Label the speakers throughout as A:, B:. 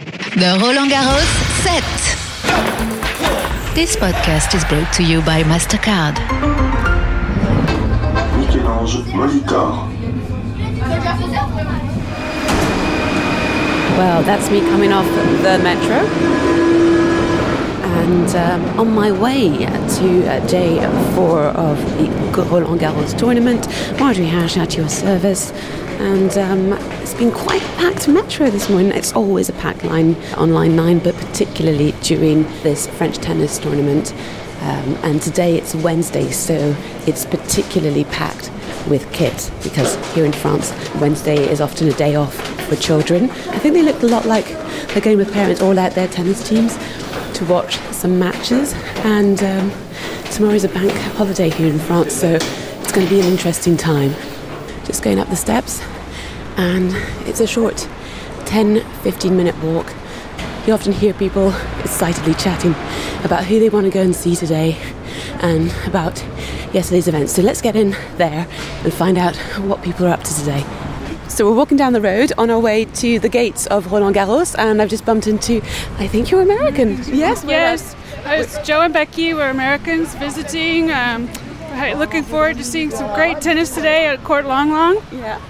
A: The Roland Garros set. This podcast is brought to you by MasterCard.
B: Michel-Ange Molitor.
C: Well, that's me coming off the metro. And um, on my way to uh, day four of the Roland Garros tournament, Marjorie Hash at your service. And um, it's been quite a packed metro this morning. It's always a packed line on line nine, but particularly during this French tennis tournament. Um, and today it's Wednesday, so it's particularly packed with kids because here in France, Wednesday is often a day off for children. I think they looked a lot like they're going with parents all out their tennis teams to watch some matches. And um, tomorrow's a bank holiday here in France, so it's going to be an interesting time. Just going up the steps, and it's a short 10 15 minute walk. You often hear people excitedly chatting about who they want to go and see today and about yesterday's events. So let's get in there and find out what people are up to today. So we're walking down the road on our way to the gates of Roland Garros, and I've just bumped into, I think you're American. Yes, we're-
D: Yes, it's Joe and Becky. We're Americans visiting. Um, hey, looking forward to seeing some great tennis today at Court Long Long
C: Yeah.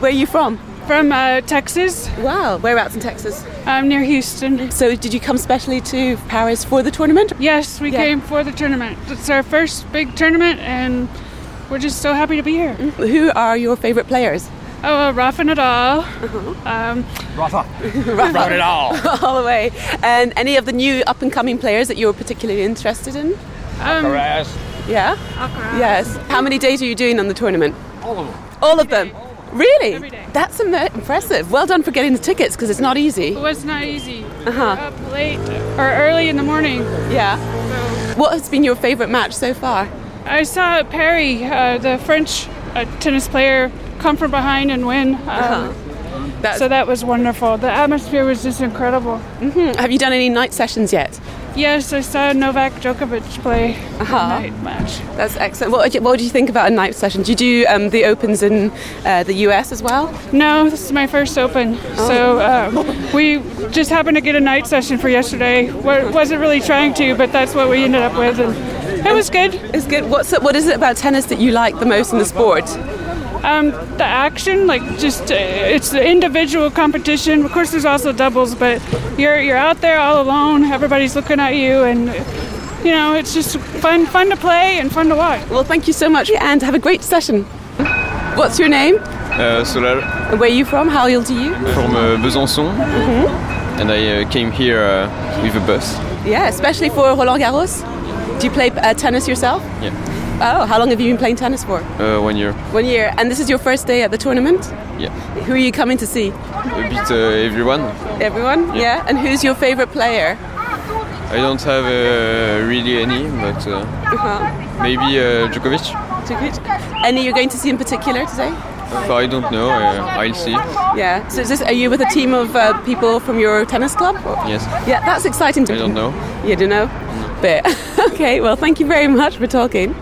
C: Where are you from?
D: from uh, Texas,
C: Wow, whereabouts in Texas?
D: um, near Houston.
C: So did you come specially to Paris for the tournament?
D: Yes, we
C: Yeah.
D: came for the tournament. It's our first big tournament, and we're just so happy to be here.
C: Who are your favorite players?
D: Oh, uh, Rafa Nadal. Um,
E: Not at all.
C: All the way. And any of the new up and coming players that you're particularly interested in?
D: um,
E: Harass.
C: Yeah? Yes. How many days are you doing on the tournament?
E: All of them.
C: All of them. Really?
D: Every day.
C: That's im- impressive. Well done for getting the tickets because it's not easy.
D: it was not easy. We were Up late or early in the morning.
C: Yeah.
D: So
C: What has been your favourite match so far?
D: I saw Perry, uh, the French uh, tennis player, come from behind and win. Um,
C: That's,
D: So that was wonderful. The atmosphere was just incredible.
C: Hmm, have you done any night sessions yet?
D: Yes, I saw Novak Djokovic play a night match.
C: That's excellent. What, what do you think about a night session? Do you do um, the opens in uh, the US as well?
D: No, this is my first Open, so um, we just happened to get a night session for yesterday. Wa- wasn't really trying to, but that's what we ended up with, and it was good.
C: It's good. What's it, what is it about tennis that you like the most in the sport?
D: Um, the action, like just uh, it's the individual competition. Of course, there's also doubles, but you're you're out there all alone. Everybody's looking at you, and you know it's just fun fun to play and fun to watch.
C: Well, thank you so much and have a great session. What's your name?
F: Uh, Solal
C: And Where are you from? How old are you?
F: from uh, Besançon, and I uh, came here uh, with a bus.
C: Yeah, especially for Roland Garros. Do you play uh, tennis yourself?
F: Yeah,
C: Oh, how long have you been playing tennis for?
F: uh, one year.
C: One year. And this is your first day at the tournament?
F: Yeah,
C: Who are you coming to see?
F: a bit uh, everyone.
C: Everyone? Yeah. And who's your favorite player?
F: I don't have uh, really any, but uh, maybe uh, Djokovic.
C: Any you're going to see in particular today?
F: So I don't know. Uh, I'll see.
C: Yeah. So is this, are you with a team of uh, people from your tennis club?
F: Yes,
C: Yeah, that's exciting to
F: I don't know.
C: You don't know? But okay, well, thank you very much for talking.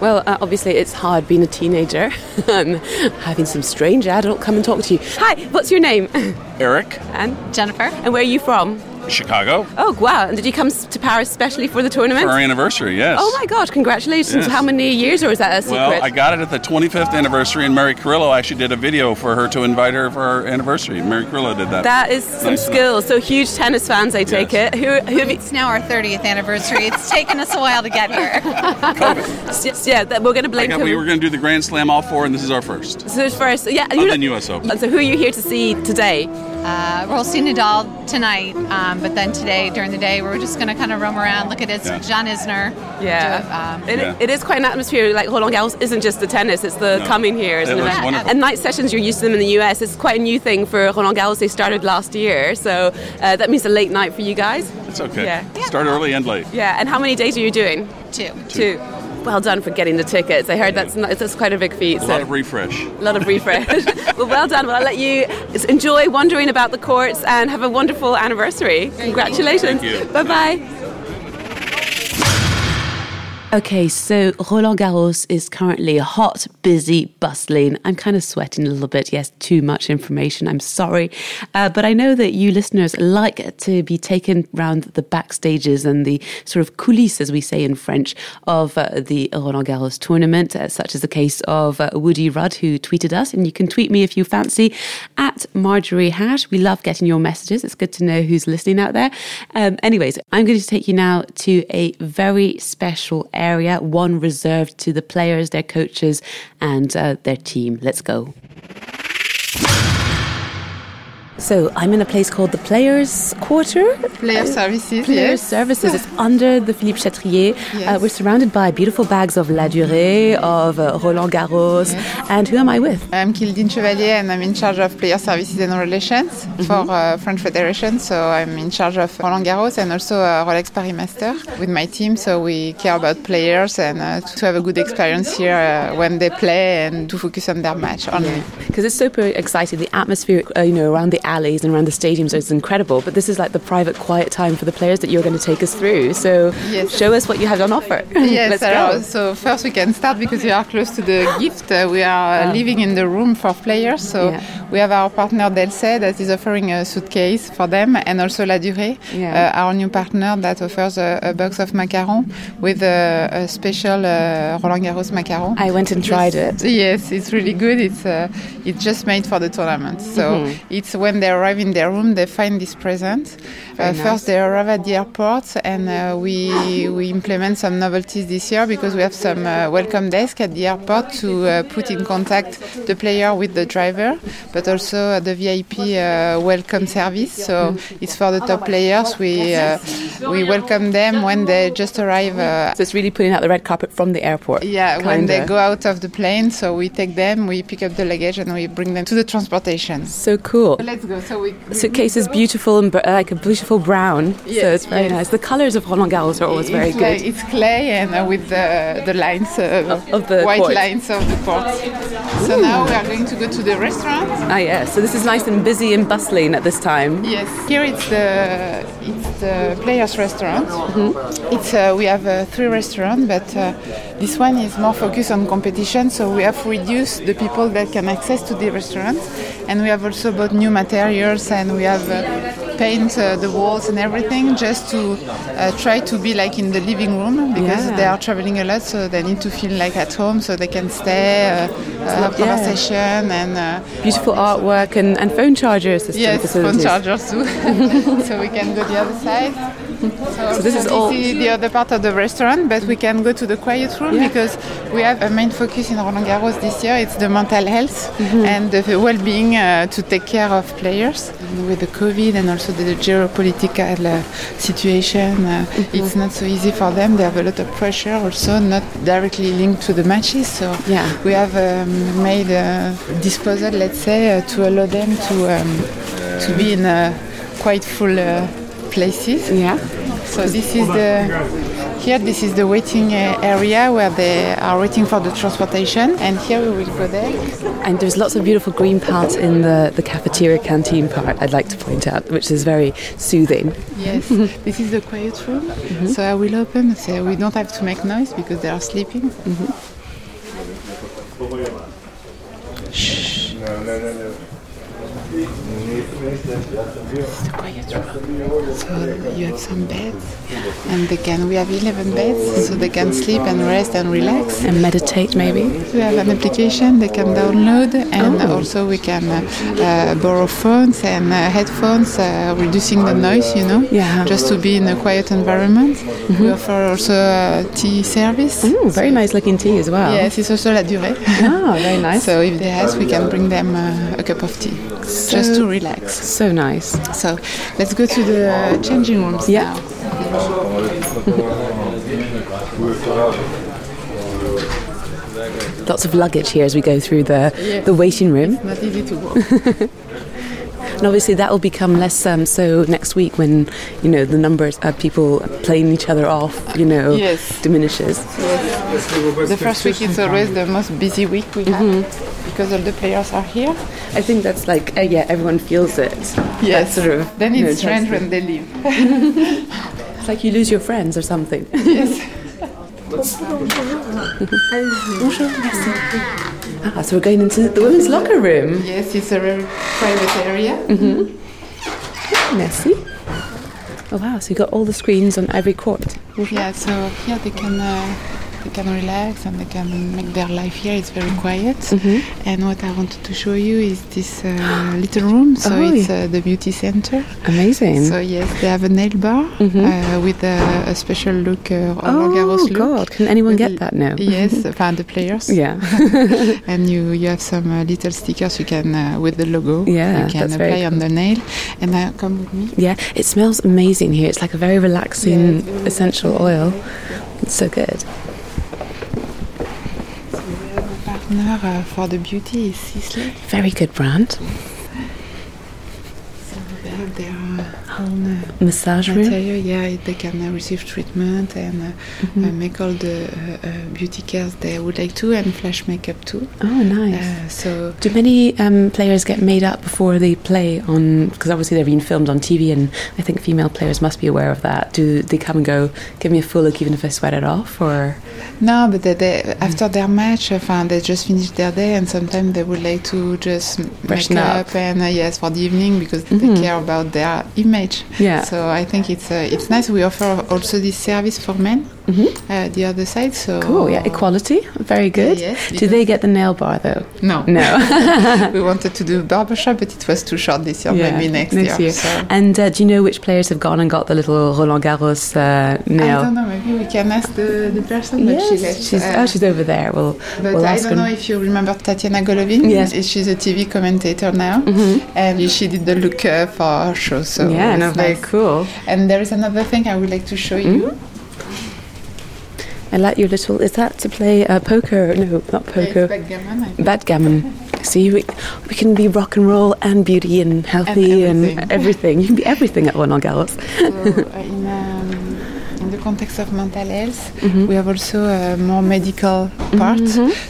C: Well, uh, obviously, it's hard being a teenager and having some strange adult come and talk to you. Hi, what's your name?
G: Eric,
C: And,
A: Jennifer?
C: and where are you from?
G: Chicago,
C: Oh, wow. And did you come s- to Paris specially for the tournament?
G: for our anniversary, yes.
C: Oh my God, congratulations.
G: Yes.
C: How many years, or is that a secret?
G: Well, I got it at the 25th anniversary, and Mary Carrillo actually did a video for her to invite her for her anniversary. Mary Carrillo did that.
C: That is some
G: Nice.
C: skill. So huge tennis fans, I take
G: Yes.
C: it. Who, who have you,
H: It's now our 30th anniversary. It's taken us a while to get here.
C: yes, yeah, that we're going to
G: I
C: blame
G: got- we
C: COVID.
G: were going to do the Grand Slam all four, and this is our first.
C: So it's first, yeah,
G: Other
C: you uh,
G: than US Open.
C: So who are you here to see today?
H: Uh, we'll see Nadal tonight, um, but then today, during the day, we're just going to kind of roam around, look at it.
G: Yeah.
H: John Isner. do it, um,
C: It,
G: Yeah.
C: it is quite an atmosphere. Like Roland Garros isn't just the tennis; it's the
G: No.
C: coming here. Isn't
G: It
C: it?
G: looks wonderful.
C: And night sessions, you're used to them in the US. It's quite a new thing for Roland Garros. They started last year, so uh, that means a late night for you guys.
G: It's okay.
C: Yeah.
G: Start early and late.
C: Yeah. And how many days are you doing?
H: too.
C: Two. Well done for getting the tickets. I heard that's not, that's quite a big feat.
G: A
C: so.
G: lot of refresh.
C: a lot of refresh. well, well done. Well, I'll let you s- enjoy wandering about the courts and have a wonderful anniversary. Congratulations.
G: Thank you.
C: Bye bye. Okay, so Roland Garros is currently hot, busy, bustling. I'm kind of sweating a little bit. Yes, too much information. I'm sorry. Uh, but I know that you listeners like to be taken round the backstages and the sort of coulisses, as we say in French, of uh, the Roland Garros tournament, uh, such as the case of uh, Woody Rudd, who tweeted us. And you can tweet me if you fancy at Marjorie Hash. We love getting your messages. It's good to know who's listening out there. Um, anyways, I'm going to take you now to a very special area, one reserved to the players, their coaches, and uh, their team. Let's go. So I'm in a place called the Players Quarter. Uh,
H: Player services.
C: Player
H: yes.
C: services. It's under the Philippe Chatrier. Uh,
H: Yes.
C: we're surrounded by beautiful bags of La Durée, of uh, Roland Garros. And who am I with?
H: I'm Kildin Chevalier and I'm in charge of player services and relations for uh, French Federation. So I'm in charge of Roland Garros and also uh, Rolex Paris Master with my team. So we care about players and uh, to have a good experience here uh, when they play and to focus on their match only.
C: Because it's super exciting. The atmosphere, uh, you know, around the alleys and around the stadiums is incredible. But this is like the private, quiet time for the players that you're going to take us through. So
H: Yes.
C: show us what you have on offer.
H: Yes,
C: Let's
H: uh,
C: go.
H: so first we can start because we are close to the gift. Uh, we are uh, living in the room for players, so
C: Yeah.
H: we have our partner Delce that is offering a suitcase for them, and also La Durée,
C: Yeah.
H: uh, our new partner that offers a, a box of macaron with a, a special uh, Roland Garros macaron.
C: I went and tried it.
H: Yes, it's really good. It's uh, it's just made for the tournament. So
C: Mm-hmm.
H: it's when they arrive in their room, they find this present. Uh, First, they arrive at the airport, and uh, we we implement some novelties this year because we have some uh, welcome desk at the airport to uh, put in contact the player with the driver, but also uh, the VIP uh, welcome service. So it's for the top players. We uh, we welcome them when they just arrive uh,
C: So it's really putting out the red carpet from the airport.
H: yeah, when they
C: kinda.
H: go out of the plane, so we take them, we pick up the luggage, and we bring them to the transportation.
C: So cool.
H: Let's go. So we.
C: Suitcase is beautiful and br- uh, like a beautiful brown, so
H: Yes,
C: it's very
H: yes.
C: nice. The colours of Roland Garros are always
H: it's
C: very
H: like-
C: good.
H: it's clay and uh, with the, the lines, uh,
C: Of- of the
H: white
C: court.
H: lines of the port. So now we are going to go to the restaurant.
C: Ah, yeah. So this is nice and busy and bustling at this time.
H: Yes, here it's the it's the players' restaurant. It's uh, we have uh, three restaurants, but uh, this one is more focused on competition. So we have reduced the people that can access to the restaurant, and we have also bought new materials and we have uh, paint uh, the walls and everything just to uh, try to be like in the living room because
C: Yeah.
H: they are traveling a lot, so they need to feel like at home, so they can stay, uh, uh, have
C: yeah.
H: conversation and. Uh,
C: Beautiful artwork and, and phone charger system
H: Yes, phone
C: facilities.
H: chargers too. so we can go the other side. So,
C: this is all-
H: the, the other part of the restaurant, but we can go to the quiet room because we have a main focus in Roland Garros this year. It's the mental health
C: Mm-hmm.
H: and the well-being uh, to take care of players And with the COVID and also the geopolitical uh, situation. Uh,
C: Mm-hmm.
H: It's not so easy for them. They have a lot of pressure, also not directly linked to the matches. So
C: Yeah.
H: we have um, made a disposal, let's say, uh, to allow them to um, to be in uh, quite full uh, places.
C: Yeah.
H: So this is the here. This is the waiting uh, area where they are waiting for the transportation, and here we will go there.
C: And there's lots of beautiful green parts in the, the cafeteria canteen part, I'd like to point out, which is very soothing.
H: Yes, this is the quiet room. So I will open. So we don't have to make noise because they are sleeping. Shh. So you have some beds, and they can. We have 11 beds, so they can sleep and rest and relax.
C: And meditate, maybe?
H: We have an application they can download, and also we can uh, uh, borrow phones and uh, headphones, uh, reducing the noise, you know,
C: Yeah. Mm-hmm.
H: just to be in a quiet environment. We offer also a tea service.
C: Ooh, very nice looking tea as well.
H: Yes, it's also la durée.
C: Ah, very nice.
H: so if they ask, we can bring them uh, a cup of tea, just to relax.
C: So nice.
H: So let's go to the uh, changing rooms
C: Yeah.
H: now.
C: Lots of luggage here as we go through the, the waiting room.
H: Not easy to walk.
C: And obviously that will become less um, so next week when, you know, the numbers of uh, people playing each other off, you know,
H: Yes.
C: diminishes.
H: the first week is always the most busy week we have
C: Mm-hmm.
H: because all the players are here.
C: I think that's like, uh, yeah, everyone feels it.
H: Yes.
C: That sort of,
H: Then
C: you know,
H: it's strange
C: transfer.
H: when they leave.
C: It's like you lose your friends or something. Ah, so we're going into the women's locker room.
H: Yes, it's a very private area.
C: Merci. Oh wow, so you got all the screens on every court.
H: Yeah, so here they can uh, they can relax and they can make their life here. It's very quiet.
C: Mm-hmm.
H: And what I wanted to show you is this uh, little room. So
C: Oh,
H: it's uh, the beauty center.
C: Amazing.
H: So yes, they have a nail bar uh, with a, a special look, uh, Roland Garros
C: Mm-hmm. oh
H: look.
C: god, can anyone
H: With
C: get
H: l-
C: that now?
H: Yes, found the players.
C: Yeah.
H: and you you have some uh, little stickers you can uh, with the logo.
C: Yeah,
H: you can
C: that's
H: apply
C: very
H: on the nail. And uh, come with me.
C: Yeah, it smells amazing here. It's like a very
H: Yeah,
C: relaxing
H: it's very
C: essential oil. It's so good.
H: Partner uh, for the beauty is Sisley.
C: Very good brand.
H: They have their uh, own uh,
C: Massage room.
H: material. Yeah, they can uh, receive treatment and uh,
C: Mm-hmm.
H: uh, make all the uh, uh, beauty cares they would like to, and flash makeup too.
C: Oh, nice.
H: Uh, so
C: Do many um, players get made up before they play on? Because obviously they're being filmed on TV, and I think female players must be aware of that. Do they come and go? Give me a full look, even if I sweat it off, or
H: No, but they, they, after their match, enfin, they just finish their day, and sometimes they would like to just m-
C: Freshen
H: make
C: up. Mm-hmm.
H: up, and uh, yes, for the evening because they care about their image.
C: Yeah.
H: So I think it's uh, it's nice. We offer also this service for men. Uh, the other side, so
C: Mm-hmm. cool, Oh, yeah, equality, very good.
H: yes,
C: Do they get the nail bar though?
H: No,
C: No,
H: we wanted to do barbershop, but it was too short this year.
C: Yeah,
H: Maybe next, So.
C: And uh, do you know which players have gone and got the little Roland Garros uh, nail?
H: I don't know. Maybe we can ask the, the person. But she left,
C: Yes, she's,
H: uh,
C: oh, she's over there. We'll,
H: But
C: we'll
H: I
C: ask
H: don't know
C: her.
H: if you remember Tatiana Golovin.
C: Yes.
H: Uh, She's a TV commentator now, and she did the look uh, for our show. So
C: Yeah,
H: it's
C: no, very
H: nice.
C: cool. Mm-hmm.
H: And there is another thing I would like to show you.
C: I like your little. Is that to play uh, poker? No, not
H: Yeah, it's
C: poker.
H: backgammon, I think.
C: Badgammon. See, we, we can be rock and roll and beauty and healthy and everything.
H: everything.
C: You can be everything at Roland Garros.
H: So, uh, in, um, in the context of mental health, we have also a more medical part.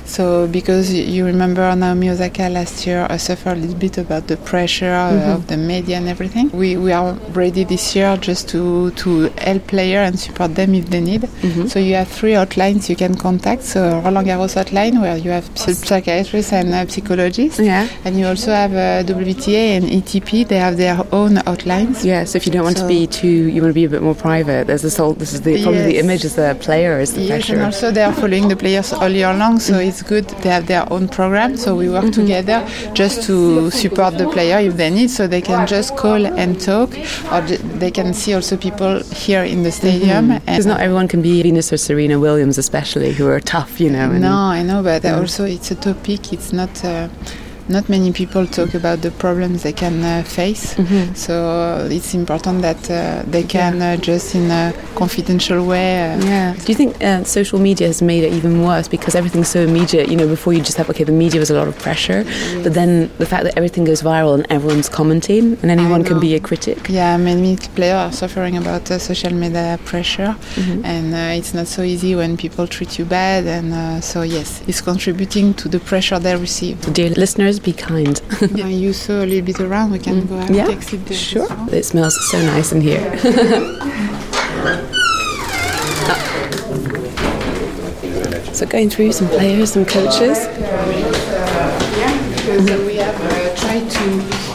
H: So, because y- you remember Naomi Osaka last year uh, suffered a little bit about the pressure uh, of the media and everything, we, we are ready this year just to, to help players and support them if they need. So, you have three hotlines you can contact. So, Roland Garros hotline, where you have psy- psychiatrists and uh, psychologists.
C: Yeah.
H: And you also have uh, WTA and ETP, they have their own hotlines.
C: Yeah, so if you don't want to
H: So-
C: be too, you want to be a bit more private. There's this whole, this is the, probably the
H: Yes.
C: image as the player is the
H: Yes,
C: pressure.
H: and also they are following the players all year long, so it's good they have their own program. So we work
C: Mm-hmm.
H: together just to support the player if they need, so they can just call and talk, or ju- they can see also people here in the stadium.
C: Because
H: And
C: Mm-hmm. not everyone can be Venus or Serena Williams, especially, who are tough, you know. And
H: no, I know, but
C: Mm-hmm.
H: also it's a topic. It's not. Uh, not many people talk about the problems they can uh, face,
C: Mm-hmm.
H: so uh, it's important that uh, they can uh, just in a confidential way. Uh,
C: Yeah. Do you think uh, social media has made it even worse because everything's so immediate? You know, before you just have, okay, the media was a lot of pressure, but then the fact that everything goes viral and everyone's commenting and anyone can
H: know.
C: be a critic.
H: Yeah, many players are suffering about uh, social media pressure,
C: Mm-hmm.
H: and uh, it's not so easy when people treat you bad. And uh, so, yes, it's contributing to the pressure they receive.
C: So, dear listeners, be kind.
H: Uh, you saw a little bit around. We can go and
C: Mm. Yeah,
H: take it.
C: sure. It smells so nice in here. Oh. So going through some players, some coaches.
H: Yeah, because uh, we have uh, tried to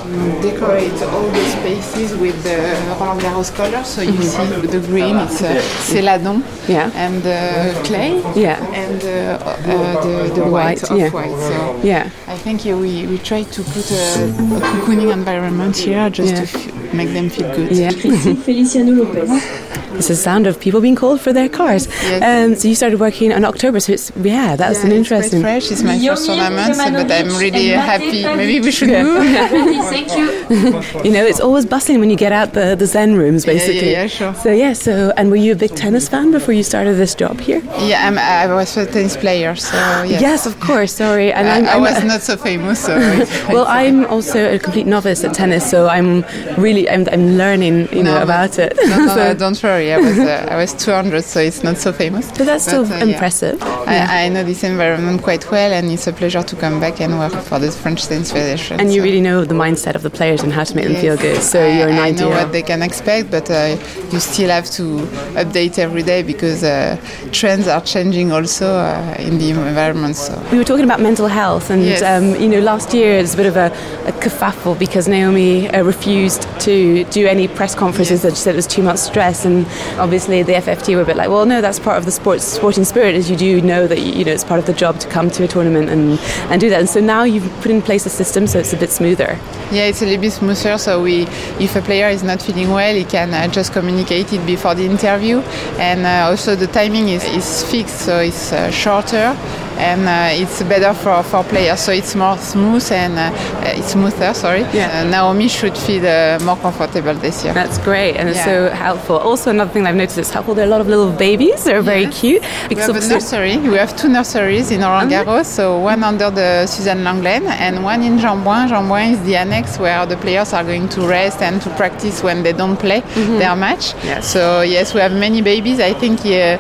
H: um, decorate all the spaces with the Roland Garros colors. So you see the green, it's uh, Céladon,
C: Mm-hmm. Yeah.
H: and uh, clay,
C: Yeah.
H: and uh, uh, the, the
C: White,
H: white, off
C: yeah.
H: white. So
C: Yeah.
H: I think yeah, we, we try to put a, a cocooning environment here just to f- make them feel good.
C: Yeah. It's the sound of people being called for their cars.
H: Yes.
C: Um, so you started working in October, so it's yeah, that's an interesting.
H: It's quite fresh. It's my first tournament, so- but I'm really uh, happy. Maybe we should move.
C: You know, it's always bustling when you get out the, the Zen rooms,
H: yeah,
C: basically.
H: yeah, sure.
C: So yeah, so and were you a big tennis fan before you started this job here?
H: Yeah, I'm, I was a tennis player, so yes.
C: of course. Sorry, and
H: I,
C: I'm,
H: I
C: I'm
H: was not so famous, so it's
C: well, I'm also a complete novice at tennis, so I'm really I, I'm, I'm learning, you know,
H: No,
C: about it.
H: No, no,
C: So-
H: no, don't worry. I was uh, I was 200, so it's not so famous.
C: but that's still
H: uh, yeah.
C: impressive.
H: I, I know this environment quite well, and it's a pleasure to come back and work for the French Tennis Federation.
C: And you
H: so-
C: really know the mindset of the players and how to make them
H: Yes.
C: feel good. So
H: I,
C: you're an
H: I
C: idea.
H: know what they can expect, but uh, you still have to update every day because uh, trends are changing also uh, in the environment. So.
C: we were talking about mental health, and
H: Yes.
C: um, you know, last year it was a bit of a, a kerfuffle because Naomi uh, refused to do any press conferences. That she said it was too much stress, and obviously the FFT were a bit like, "Well, no, that's part of the sports sporting spirit. Is you do know that you know it's part of the job to come to a tournament and and do that." And so now you've put in place a system, so it's a bit smoother.
H: Yeah, it's a little bit smoother. So we, if a player is not feeling well, he can uh, just communicate it before the interview, and uh, also the timing is, is fixed, so it's uh, shorter, and uh, it's better for, for players. So it's more smooth and uh, uh, it's smoother. Sorry.
C: Yeah.
H: Uh, Naomi should feel uh, more comfortable this year.
C: That's great, and it's
H: Yeah.
C: so helpful. Also, another thing that I've noticed that's helpful: there are a lot of little babies. They're very cute
H: We have a
C: obviously-
H: nursery. We have two nurseries in Roland Garros, so one under the Suzanne Langlaine and one in Jambouin. Jambouin is the annex where the players are going to rest and to practice when they don't play their match.
C: Yes.
H: So yes, we have many babies. I think yeah,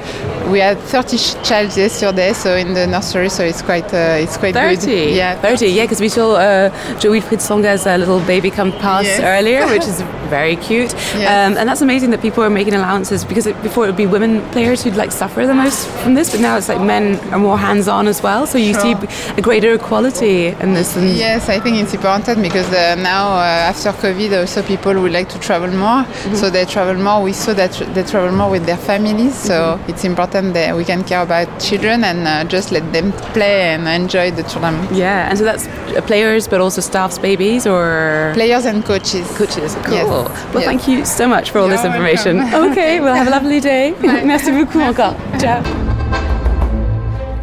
H: we had 30 ch- child yesterday, so in the nursery, so it's quite uh, it's quite good.
C: 30.
H: Yeah.
C: 30, yeah, because we saw uh, Joey Fritzonga's uh, little baby come past
H: Yes.
C: earlier, which is very cute.
H: Yes.
C: Um, and that's amazing that people are making allowances because it, before it would be women players who'd like suffer the most from this, but now it's like men are more hands on as well. So you see b- a greater equality in this. And
H: Yes, I think it's important because uh, now uh, after COVID, also people would like to travel more,
C: Mm-hmm.
H: so they travel more. We saw that they travel more with their families, so
C: Mm-hmm.
H: it's important that we can care about children and uh, just let them play and enjoy the tournament.
C: yeah, and so that's uh, players, but also staff's babies or.
H: Players and coaches.
C: Coaches. Cool.
H: Yes.
C: Well,
H: Yes.
C: thank you so much for all this
H: You're
C: information.
H: welcome.
C: okay, well, have a lovely day. Merci beaucoup encore. Ciao.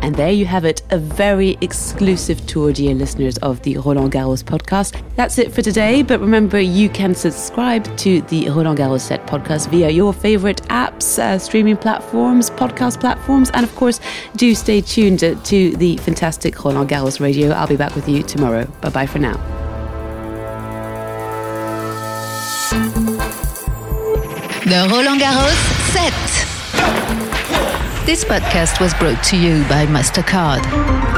C: And there you have it, a very exclusive tour, dear listeners of the Roland Garros podcast. That's it for today, but remember you can subscribe to the Roland Garros Set podcast via your favorite apps, uh, streaming platforms, podcast platforms, and of course, do stay tuned to the fantastic Roland Garros radio. I'll be back with you tomorrow. Bye bye for now.
A: The Roland Garros set. This podcast was brought to you by MasterCard.